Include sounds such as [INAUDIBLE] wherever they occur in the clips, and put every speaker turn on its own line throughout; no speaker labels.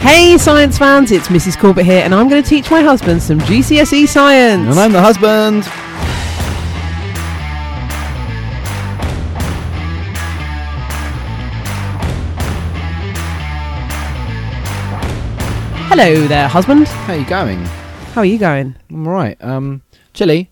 Hey, science fans, it's Mrs. Corbett here, and I'm going to teach my husband some GCSE E science.
And I'm the husband.
Hello there, husband.
How you going?
How are you going?
I'm all right. Um, chilly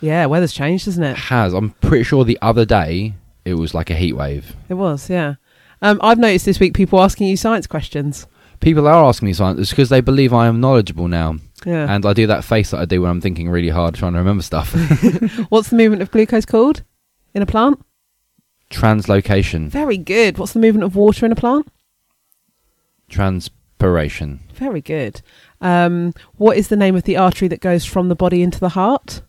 Yeah, weather's changed, hasn't it?
has. I'm pretty sure the other day it was like a heat wave.
It was, yeah. Um, I've noticed this week people asking you science questions.
People are asking me science because they believe I am knowledgeable now,
Yeah.
and I do that face that I do when I'm thinking really hard, trying to
[LAUGHS]
remember stuff.
What's the movement of glucose called in a plant?
Translocation,
Very good. What's the movement of water in a plant?
transpiration,
Very good. Um, what is the name of the artery that goes from the body into the heart?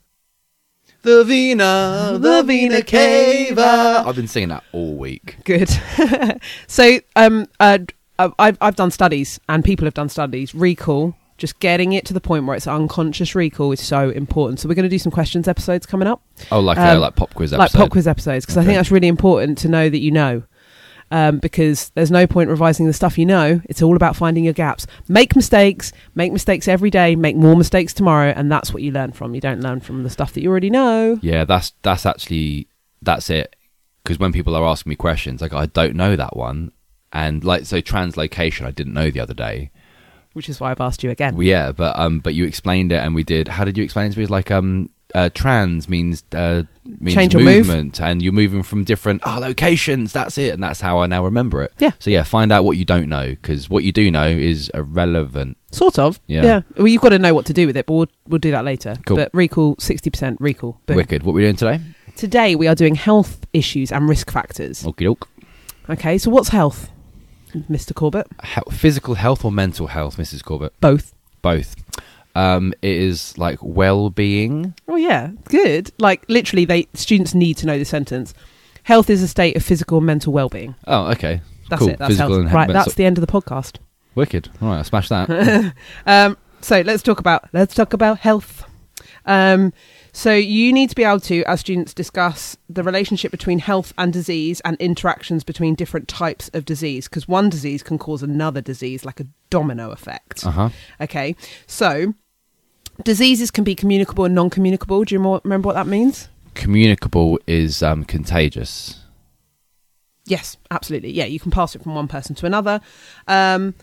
the vena,
the vena cava.
I've been singing that all week.
Good. [LAUGHS] so, um, uh, I've I've done studies, and people have done studies. Recall, just getting it to the point where it's unconscious recall is so important. So, we're going to do some questions episodes coming up,
Oh, like
Um,
a like pop quiz episode.
like pop quiz episodes, because I think
Okay.
that's really important to know that you know. Um, because there's no point revising the stuff you know. It's all about finding your gaps. Make mistakes. Make mistakes every day. Make more mistakes tomorrow, and that's what you learn from. You don't learn from the stuff that you already know.
Yeah, that's that's actually that's it. Because when people are asking me questions, like I don't know that one, and like so translocation, I didn't know the other day.
Which is why I've asked you again.
Well, yeah, but um, but you explained it, and we did. How did you explain it? It was like um, uh, trans means uh means
Change or move.
movement, and you're moving from different oh, locations. That's it, and that's how I now remember it.
Yeah.
So yeah, find out what you don't know, because what you do know is irrelevant.
Sort of.
Yeah.
Well, you've got to know what to do with it, but we'll, we'll do that later.
Cool.
But recall, 60% recall. Boom.
Wicked. What we doing today?
Today, we are doing health issues and risk factors.
Okie doke.
Okay, so what's health, Mr. Corbett?
He- physical health or mental health, Mrs. Corbett?
Both.
Both. Um, it is like well-being.
Oh, yeah. Good. Like, literally, they students need to know this sentence. Health is a state of physical and mental well being.
Oh, okay.
That's
cool.
it. That's
Physical
health.
and
right,
mental-
that's the end of the podcast.
wicked. All right, I
[LAUGHS]
smashed that.
Um, so let's talk about let's talk about health. Um, so you need to be able to, as students, discuss the relationship between health and disease and interactions between different types of disease because one disease can cause another disease, like a domino effect.
uh huh.
Okay, so diseases can be communicable and non-communicable. Do you mo- remember what that means?
Communicable is um, contagious.
Yes, absolutely. Yeah, you can pass it from one person to another. Um,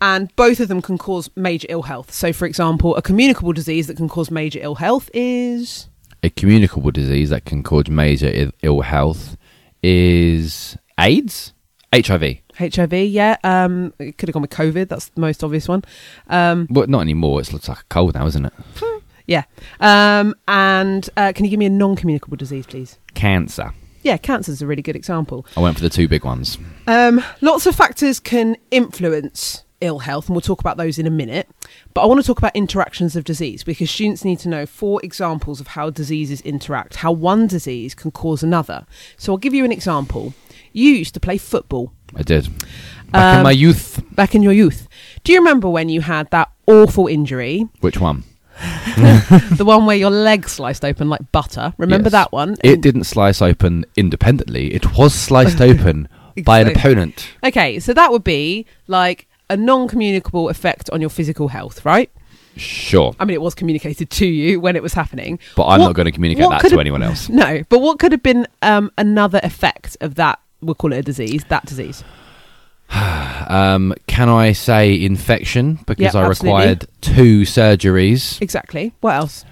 and both of them can cause major ill health. So, for example, a communicable disease that can cause major ill health is.
A communicable disease that can cause major I- ill health is AIDS, HIV.
HIV, yeah. Um, it could have gone with COVID. That's the most obvious one. Um,
Well, not anymore. It looks like a cold now, isn't it?
yeah. Um, and uh, can you give me a non-communicable disease, please?
Cancer.
Yeah, cancer's a really good example.
I went for the two big ones.
Um, lots of factors can influence ill health, and we'll talk about those in a minute. But I want to talk about interactions of disease because students need to know four examples of how diseases interact, how one disease can cause another. So I'll give you an example. You used to play football
I did. Back
Um,
in my youth.
back in your youth. Do you remember when you had that awful injury
Which one?
the one where your leg sliced open like butter. Remember
Yes.
that one?
It didn't slice open independently. It was
[LAUGHS]
sliced open by an
Exactly.
opponent.
Okay, so that would be like a non-communicable effect on your physical health, right?
Sure.
I mean, it was communicated to you when it was happening,
But I'm
What-
not going to communicate
what
that
could
to
have- [LAUGHS]
anyone else.
No, but what could have been um, another effect of that? We'll call it a disease. That disease.
Um, can I say infection
Yep,
because I
absolutely.
required two surgeries?
Exactly. What else?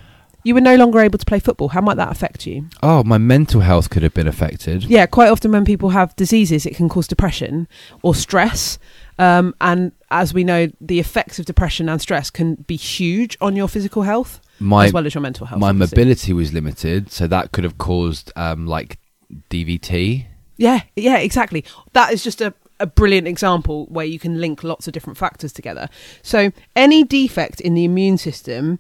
You were no longer able to play football. How might that affect you?
Oh, my mental health could have been affected.
Yeah, quite often when people have diseases, it can cause depression or stress. Um, and as we know, the effects of depression and stress can be huge on your physical health.
My
as well as your mental health.
my
obviously.
mobility was limited, so that could have caused um, like DVT.
Yeah, yeah, exactly. That is just a, a brilliant example where you can link lots of different factors together. So, any defect in the immune system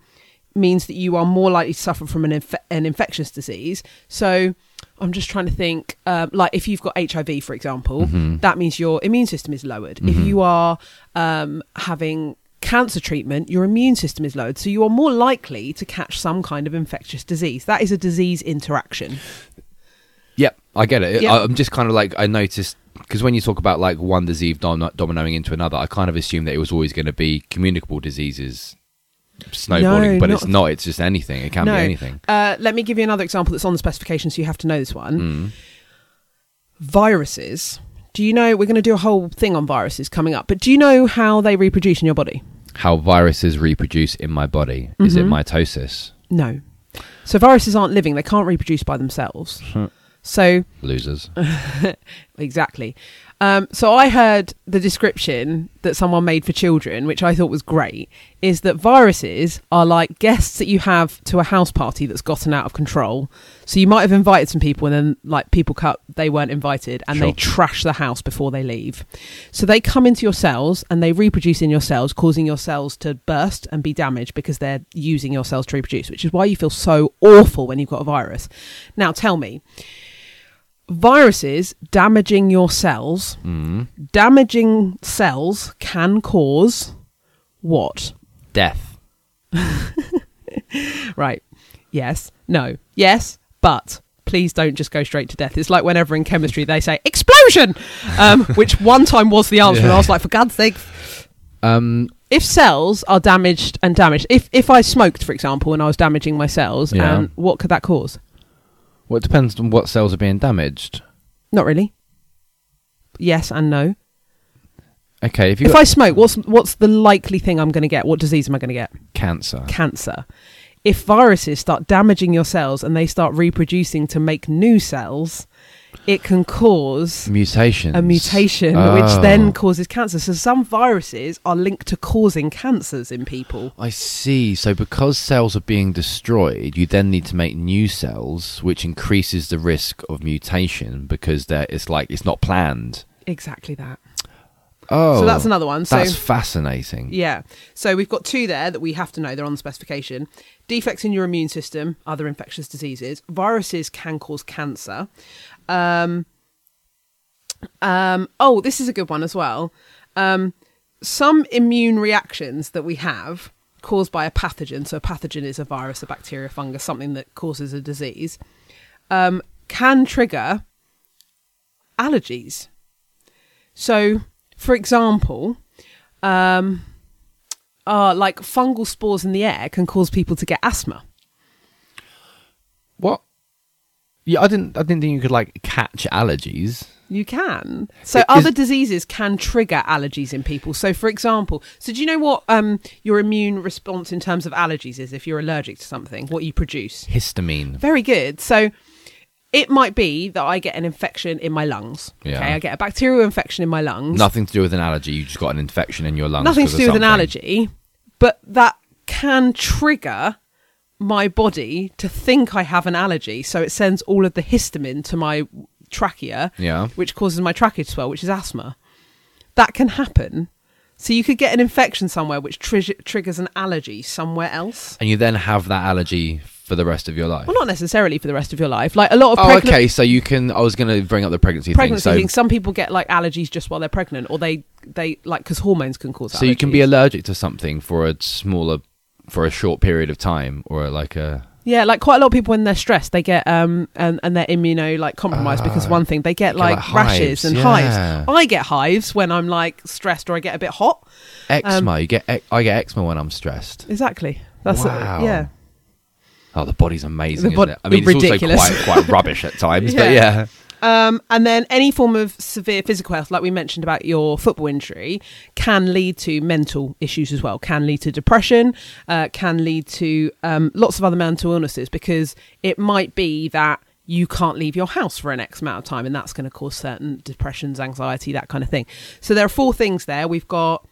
means that you are more likely to suffer from an, inf- an infectious disease. So, I'm just trying to think, um, like if you've got HIV, for example, that means your immune system is lowered. If you are um, having cancer treatment, your immune system is lowered. So, you are more likely to catch some kind of infectious disease. That is a disease interaction.
Yep, I get it.
Yeah.
I, I'm just kind of like I noticed because when you talk about like one disease dom- dominoing into another, I kind of assumed that it was always going to be communicable diseases snowballing,
No,
but
not-
it's not. It's just anything. It can
no.
be anything.
Uh, let me give you another example that's on the specification, so you have to know this one.
Hmm.
Viruses. Do you know we're going to do a whole thing on viruses coming up? But do you know how they reproduce in your body?
How viruses reproduce in my body? Is
Mm-hmm.
it mitosis?
No. So viruses aren't living; they can't reproduce by themselves. so [LAUGHS]
Losers.
Exactly. Um, so I heard the description that someone made for children, which I thought was great, is that viruses are like guests that you have to a house party that's gotten out of control. So you might have invited some people, and then like people cut, they weren't invited, and they
Sure.
trash the house before they leave. So they come into your cells and they reproduce in your cells, causing your cells to burst and be damaged because they're using your cells to reproduce, which is why you feel so awful when you've got a virus. Now tell me, viruses damaging your cells,
Mm.
damaging cells can cause what?
Death.
Right. Yes. No. Yes. But please don't just go straight to death. It's like whenever in chemistry they say explosion,
[LAUGHS]
um, which one time was the answer, and I was like, for God's sake.
Um,
If cells are damaged and damaged, if if I smoked, for example, and I was damaging my cells,
Yeah.
um, what could that cause?
well, it depends on what cells are being damaged.
Not really. Yes and no.
Okay, if you
If
got
I smoke, what's what's the likely thing I'm going to get? What disease am I going to get?
cancer,
cancer. If viruses start damaging your cells and they start reproducing to make new cells, it can cause
mutations,
a mutation,
Oh.
which then causes cancer. So some viruses are linked to causing cancers in people.
I see. So because cells are being destroyed, you then need to make new cells, which increases the risk of mutation because there it's like it's not planned.
Exactly that.
Oh,
so that's another one. So
That's fascinating.
yeah. So we've got two there that we have to know. They're on the specification. Defects in your immune system, other infectious diseases. Viruses can cause cancer. Um, um, oh, this is a good one as well. Um, some immune reactions that we have caused by a pathogen, so a pathogen is a virus, a bacteria, fungus, something that causes a disease, um, can trigger allergies. So, for example, um, uh, like fungal spores in the air can cause people to get asthma.
What? Yeah, I didn't. I didn't think you could like catch allergies.
You can. So
It is-
other diseases can trigger allergies in people. So for example, so do you know what um, your immune response in terms of allergies is if you're allergic to something, what you produce?
Histamine.
Very good. So it might be that I get an infection in my lungs.
Yeah.
Okay, I get a bacterial infection in my lungs.
Nothing to do with an allergy. You just got an infection in your lungs.
Nothing
'cause
to
of
do with an
something.
allergy, but that can trigger my body to think I have an allergy. So it sends all of the histamine to my trachea,
Yeah.
which causes my trachea to swell, which is asthma. That can happen. So you could get an infection somewhere which tri- triggers an allergy somewhere else.
And you then have that allergy for the rest of your life.
Well, not necessarily for the rest of your life. Like a lot of
oh,
pregnant
okay. So you can. I was going to bring up the pregnancy,
pregnancy
thing. So,
things, some people get like allergies just while they're pregnant, or they they like because hormones can cause.
so you can be
allergies.
allergic to something for a smaller, for a short period of time, or like a.
Yeah, like quite a lot of people when they're stressed, they get um and, and they're immuno like compromised because one thing Ah. they get
get,
like,
like,
rashes
hives,
and
yeah.
hives. I get hives when I'm like stressed or I get a bit hot.
Eczema.
Um,
you get. ec- I get eczema when I'm stressed.
Exactly. That's
Wow.
it. Yeah.
Oh, the body's amazing.
The bod-
isn't it? I mean, it's
ridiculous.
also quite quite
[LAUGHS]
rubbish at times,
Yeah.
but yeah.
Um, and then any form of severe physical health, like we mentioned about your football injury, can lead to mental issues as well. Can lead to depression. Uh, can lead to um, lots of other mental illnesses because it might be that you can't leave your house for an X amount of time, and that's going to cause certain depressions, anxiety, that kind of thing. So there are four things there. We've got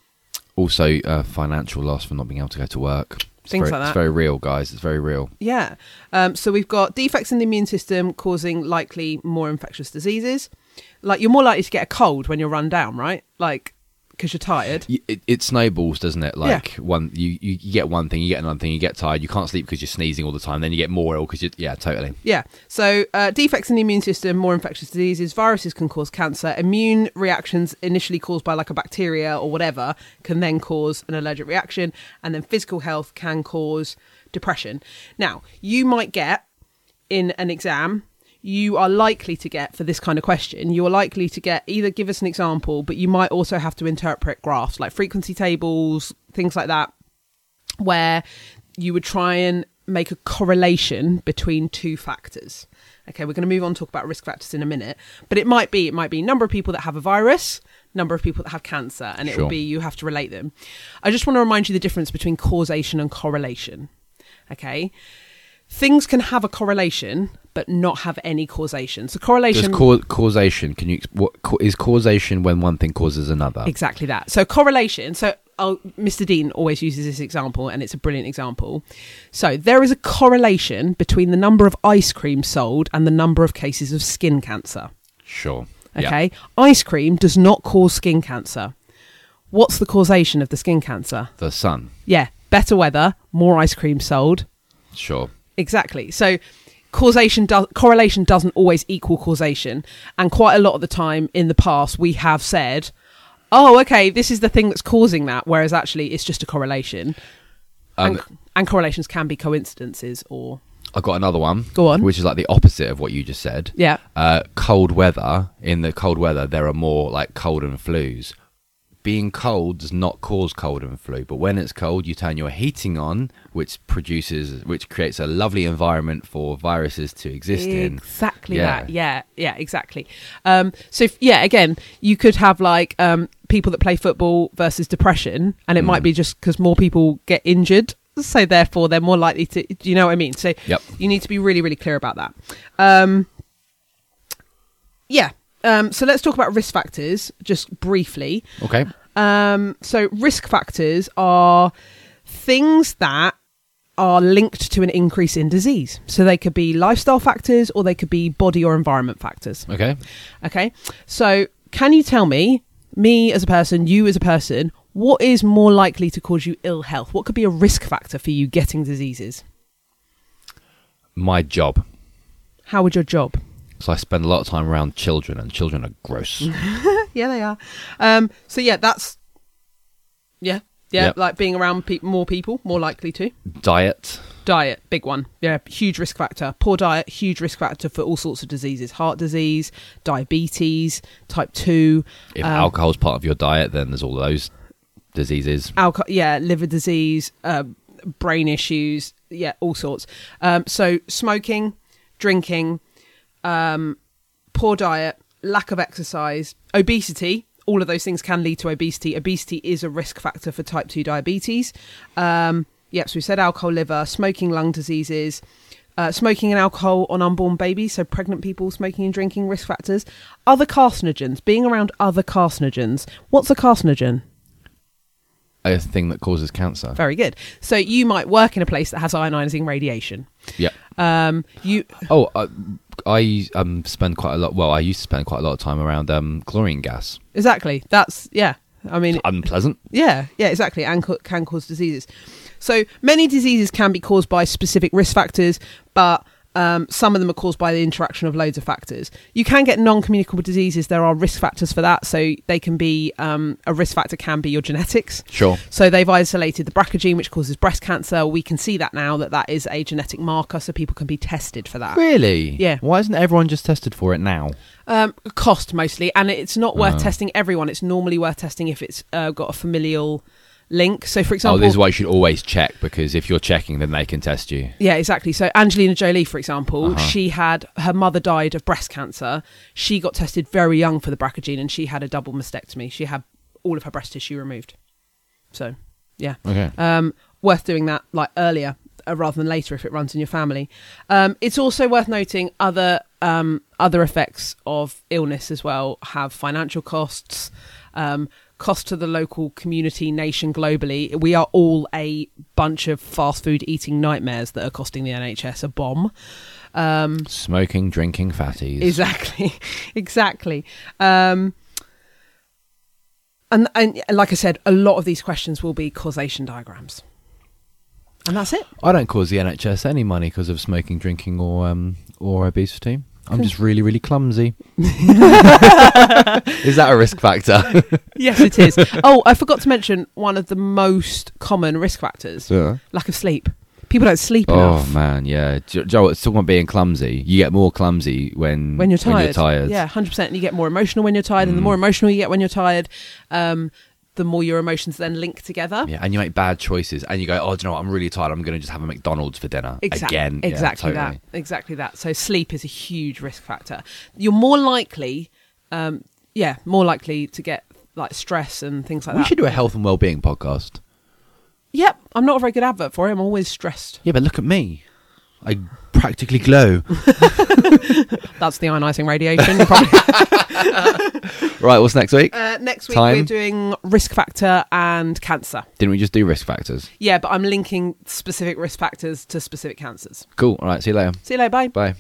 Also, uh, financial loss for not being able to go to work. It's
Things
very,
like
It's
that.
very real, guys. It's very real.
Yeah. Um, so we've got defects in the immune system causing likely more infectious diseases. Like you're more likely to get a cold when you're run down, right? Like because you're tired.
Y- It, it snowballs, doesn't it? Like one, you, you you get one thing, you get another thing, you get tired, you can't sleep because you're sneezing all the time, then you get more ill because you yeah, totally.
Yeah. So uh, defects in the immune system, more infectious diseases, viruses can cause cancer. Immune reactions initially caused by like a bacteria or whatever can then cause an allergic reaction, and then physical health can cause depression. Now, you might get in an exam, you are likely to get for this kind of question. You're likely to get either give us an example, but you might also have to interpret graphs like frequency tables, things like that, where you would try and make a correlation between two factors. Okay, we're going to move on and talk about risk factors in a minute, but it might be it might be number of people that have a virus, number of people that have cancer, and it will
Sure.
be you have to relate them. I just want to remind you the difference between causation and correlation. Okay, things can have a correlation but not have any causation. So
Does
correlation
cau- causation? Can you ex- what ca- is causation when one thing causes another?
Exactly that. So correlation. So i Mr. Dean always uses this example, and it's a brilliant example. So there is a correlation between the number of ice cream sold and the number of cases of skin cancer.
sure. Yeah.
Okay, ice cream does not cause skin cancer. What's the causation of the skin cancer?
The sun.
Yeah, better weather, more ice cream sold.
Sure.
Exactly. So causation does correlation doesn't always equal causation and quite a lot of the time in the past we have said oh okay this is the thing that's causing that whereas actually it's just a correlation and, and correlations can be coincidences or
I got another one.
Go on.
Which is like the opposite of what you just said.
Yeah.
Uh, cold weather. In the cold weather, there are more like cold and flus. Being cold does not cause cold and flu, but when it's cold, you turn your heating on, which produces, which creates a lovely environment for viruses to exist in.
exactly
Yeah.
that yeah yeah exactly um so if, yeah again you could have like um people that play football versus depression and it
Hmm.
might be just because more people get injured so therefore they're more likely to do you know what i mean so
Yep.
you need to be really really clear about that um yeah um so let's talk about risk factors just briefly
Okay.
um, so risk factors are things that are linked to an increase in disease. So they could be lifestyle factors or they could be body or environment factors.
Okay.
Okay. So can you tell me, me as a person, you as a person, what is more likely to cause you ill health? What could be a risk factor for you getting diseases?
My job.
How would your job?
So I spend a lot of time around children, and children are gross.
Yeah, they are. Um, so yeah, that's yeah, yeah,
Yep.
like being around pe- more people, more likely to.
Diet.
Diet, big one. Yeah, huge risk factor. Poor diet, huge risk factor for all sorts of diseases heart disease, diabetes, type 2,
If
um,
alcohol's part of your diet, then there's all those diseases.
alco- yeah, liver disease, uh, brain issues, yeah, all sorts. Um, so, smoking, drinking, um, poor diet, lack of exercise, obesity. All of those things can lead to obesity. Obesity is a risk factor for type 2 diabetes. Um, yep, so we said alcohol, liver, smoking, lung diseases, uh, smoking and alcohol on unborn babies, so pregnant people smoking and drinking risk factors. Other carcinogens, being around other carcinogens. What's a carcinogen?
A thing that causes cancer.
Very good. So you might work in a place that has ionizing radiation.
Yeah.
Um, you
Oh, I, I um spend quite a lot. Well, I used to spend quite a lot of time around um chlorine gas.
exactly. That's yeah. I mean,
Unpleasant.
yeah, yeah, exactly. And ca- can cause diseases. So many diseases can be caused by specific risk factors, but um, some of them are caused by the interaction of loads of factors. You can get non-communicable diseases. There are risk factors for that. So they can be um, a risk factor can be your genetics.
Sure.
So they've isolated the BRCA gene, which causes breast cancer. We can see that now that that is a genetic marker, so people can be tested for that.
Really?
Yeah.
Why isn't everyone just tested for it now?
Um, cost mostly, and it's not worth
Ah.
testing everyone. It's normally worth testing if it's uh, got a familial link. So, for
oh,
example,
this is why you should always check because if you're checking, then they can test you.
yeah, exactly. So, Angelina Jolie, for example,
Uh-huh.
she had her mother died of breast cancer. She got tested very young for the BRCA gene, and she had a double mastectomy. She had all of her breast tissue removed. So, yeah,
Okay.
um, worth doing that like earlier uh, rather than later if it runs in your family. Um, it's also worth noting other um, other effects of illness as well have financial costs, um, cost to the local community, nation, globally. We are all a bunch of fast food eating nightmares that are costing the NHS a bomb. Um,
Smoking, drinking, fatties.
Exactly, [LAUGHS] exactly. Um, and, and like I said, a lot of these questions will be causation diagrams, and that's it.
I don't cause the NHS any money because of smoking, drinking, or um, or obesity. I'm just really, really clumsy. [LAUGHS] Is that a risk factor?
Yes, it
[LAUGHS]
is. oh, I forgot to mention one of the most common risk factors:
Yeah.
lack of sleep. People don't sleep
Oh
enough.
man, yeah. Jo- Joel, it's talking about being clumsy. You get more clumsy when
when you're tired.
When you're tired. Mm.
Yeah, hundred percent. You get more emotional when you're tired, and the more emotional you get when you're tired, um, the more your emotions then link together.
Yeah, and you make bad choices, and you go, "Oh, do you know what? I'm really tired. I'm going to just have a McDonald's for dinner
Exactly.
again." Yeah,
Exactly
totally.
that. Exactly that. So sleep is a huge risk factor. You're more likely, um, yeah, more likely to get like stress and things like
We
that.
should do a health and well-being podcast.
Yep, I'm not a very good advert for it. I'm always stressed.
Yeah, but look at me. I [LAUGHS] practically glow.
That's the ionizing radiation.
[LAUGHS]
Probably.
right, what's next week?
uh, next week
Time.
we're doing risk factor and cancer.
Didn't we just do risk factors?
Yeah, but I'm linking specific risk factors to specific cancers.
Cool. All right, see you later.
See you later. Bye.
Bye.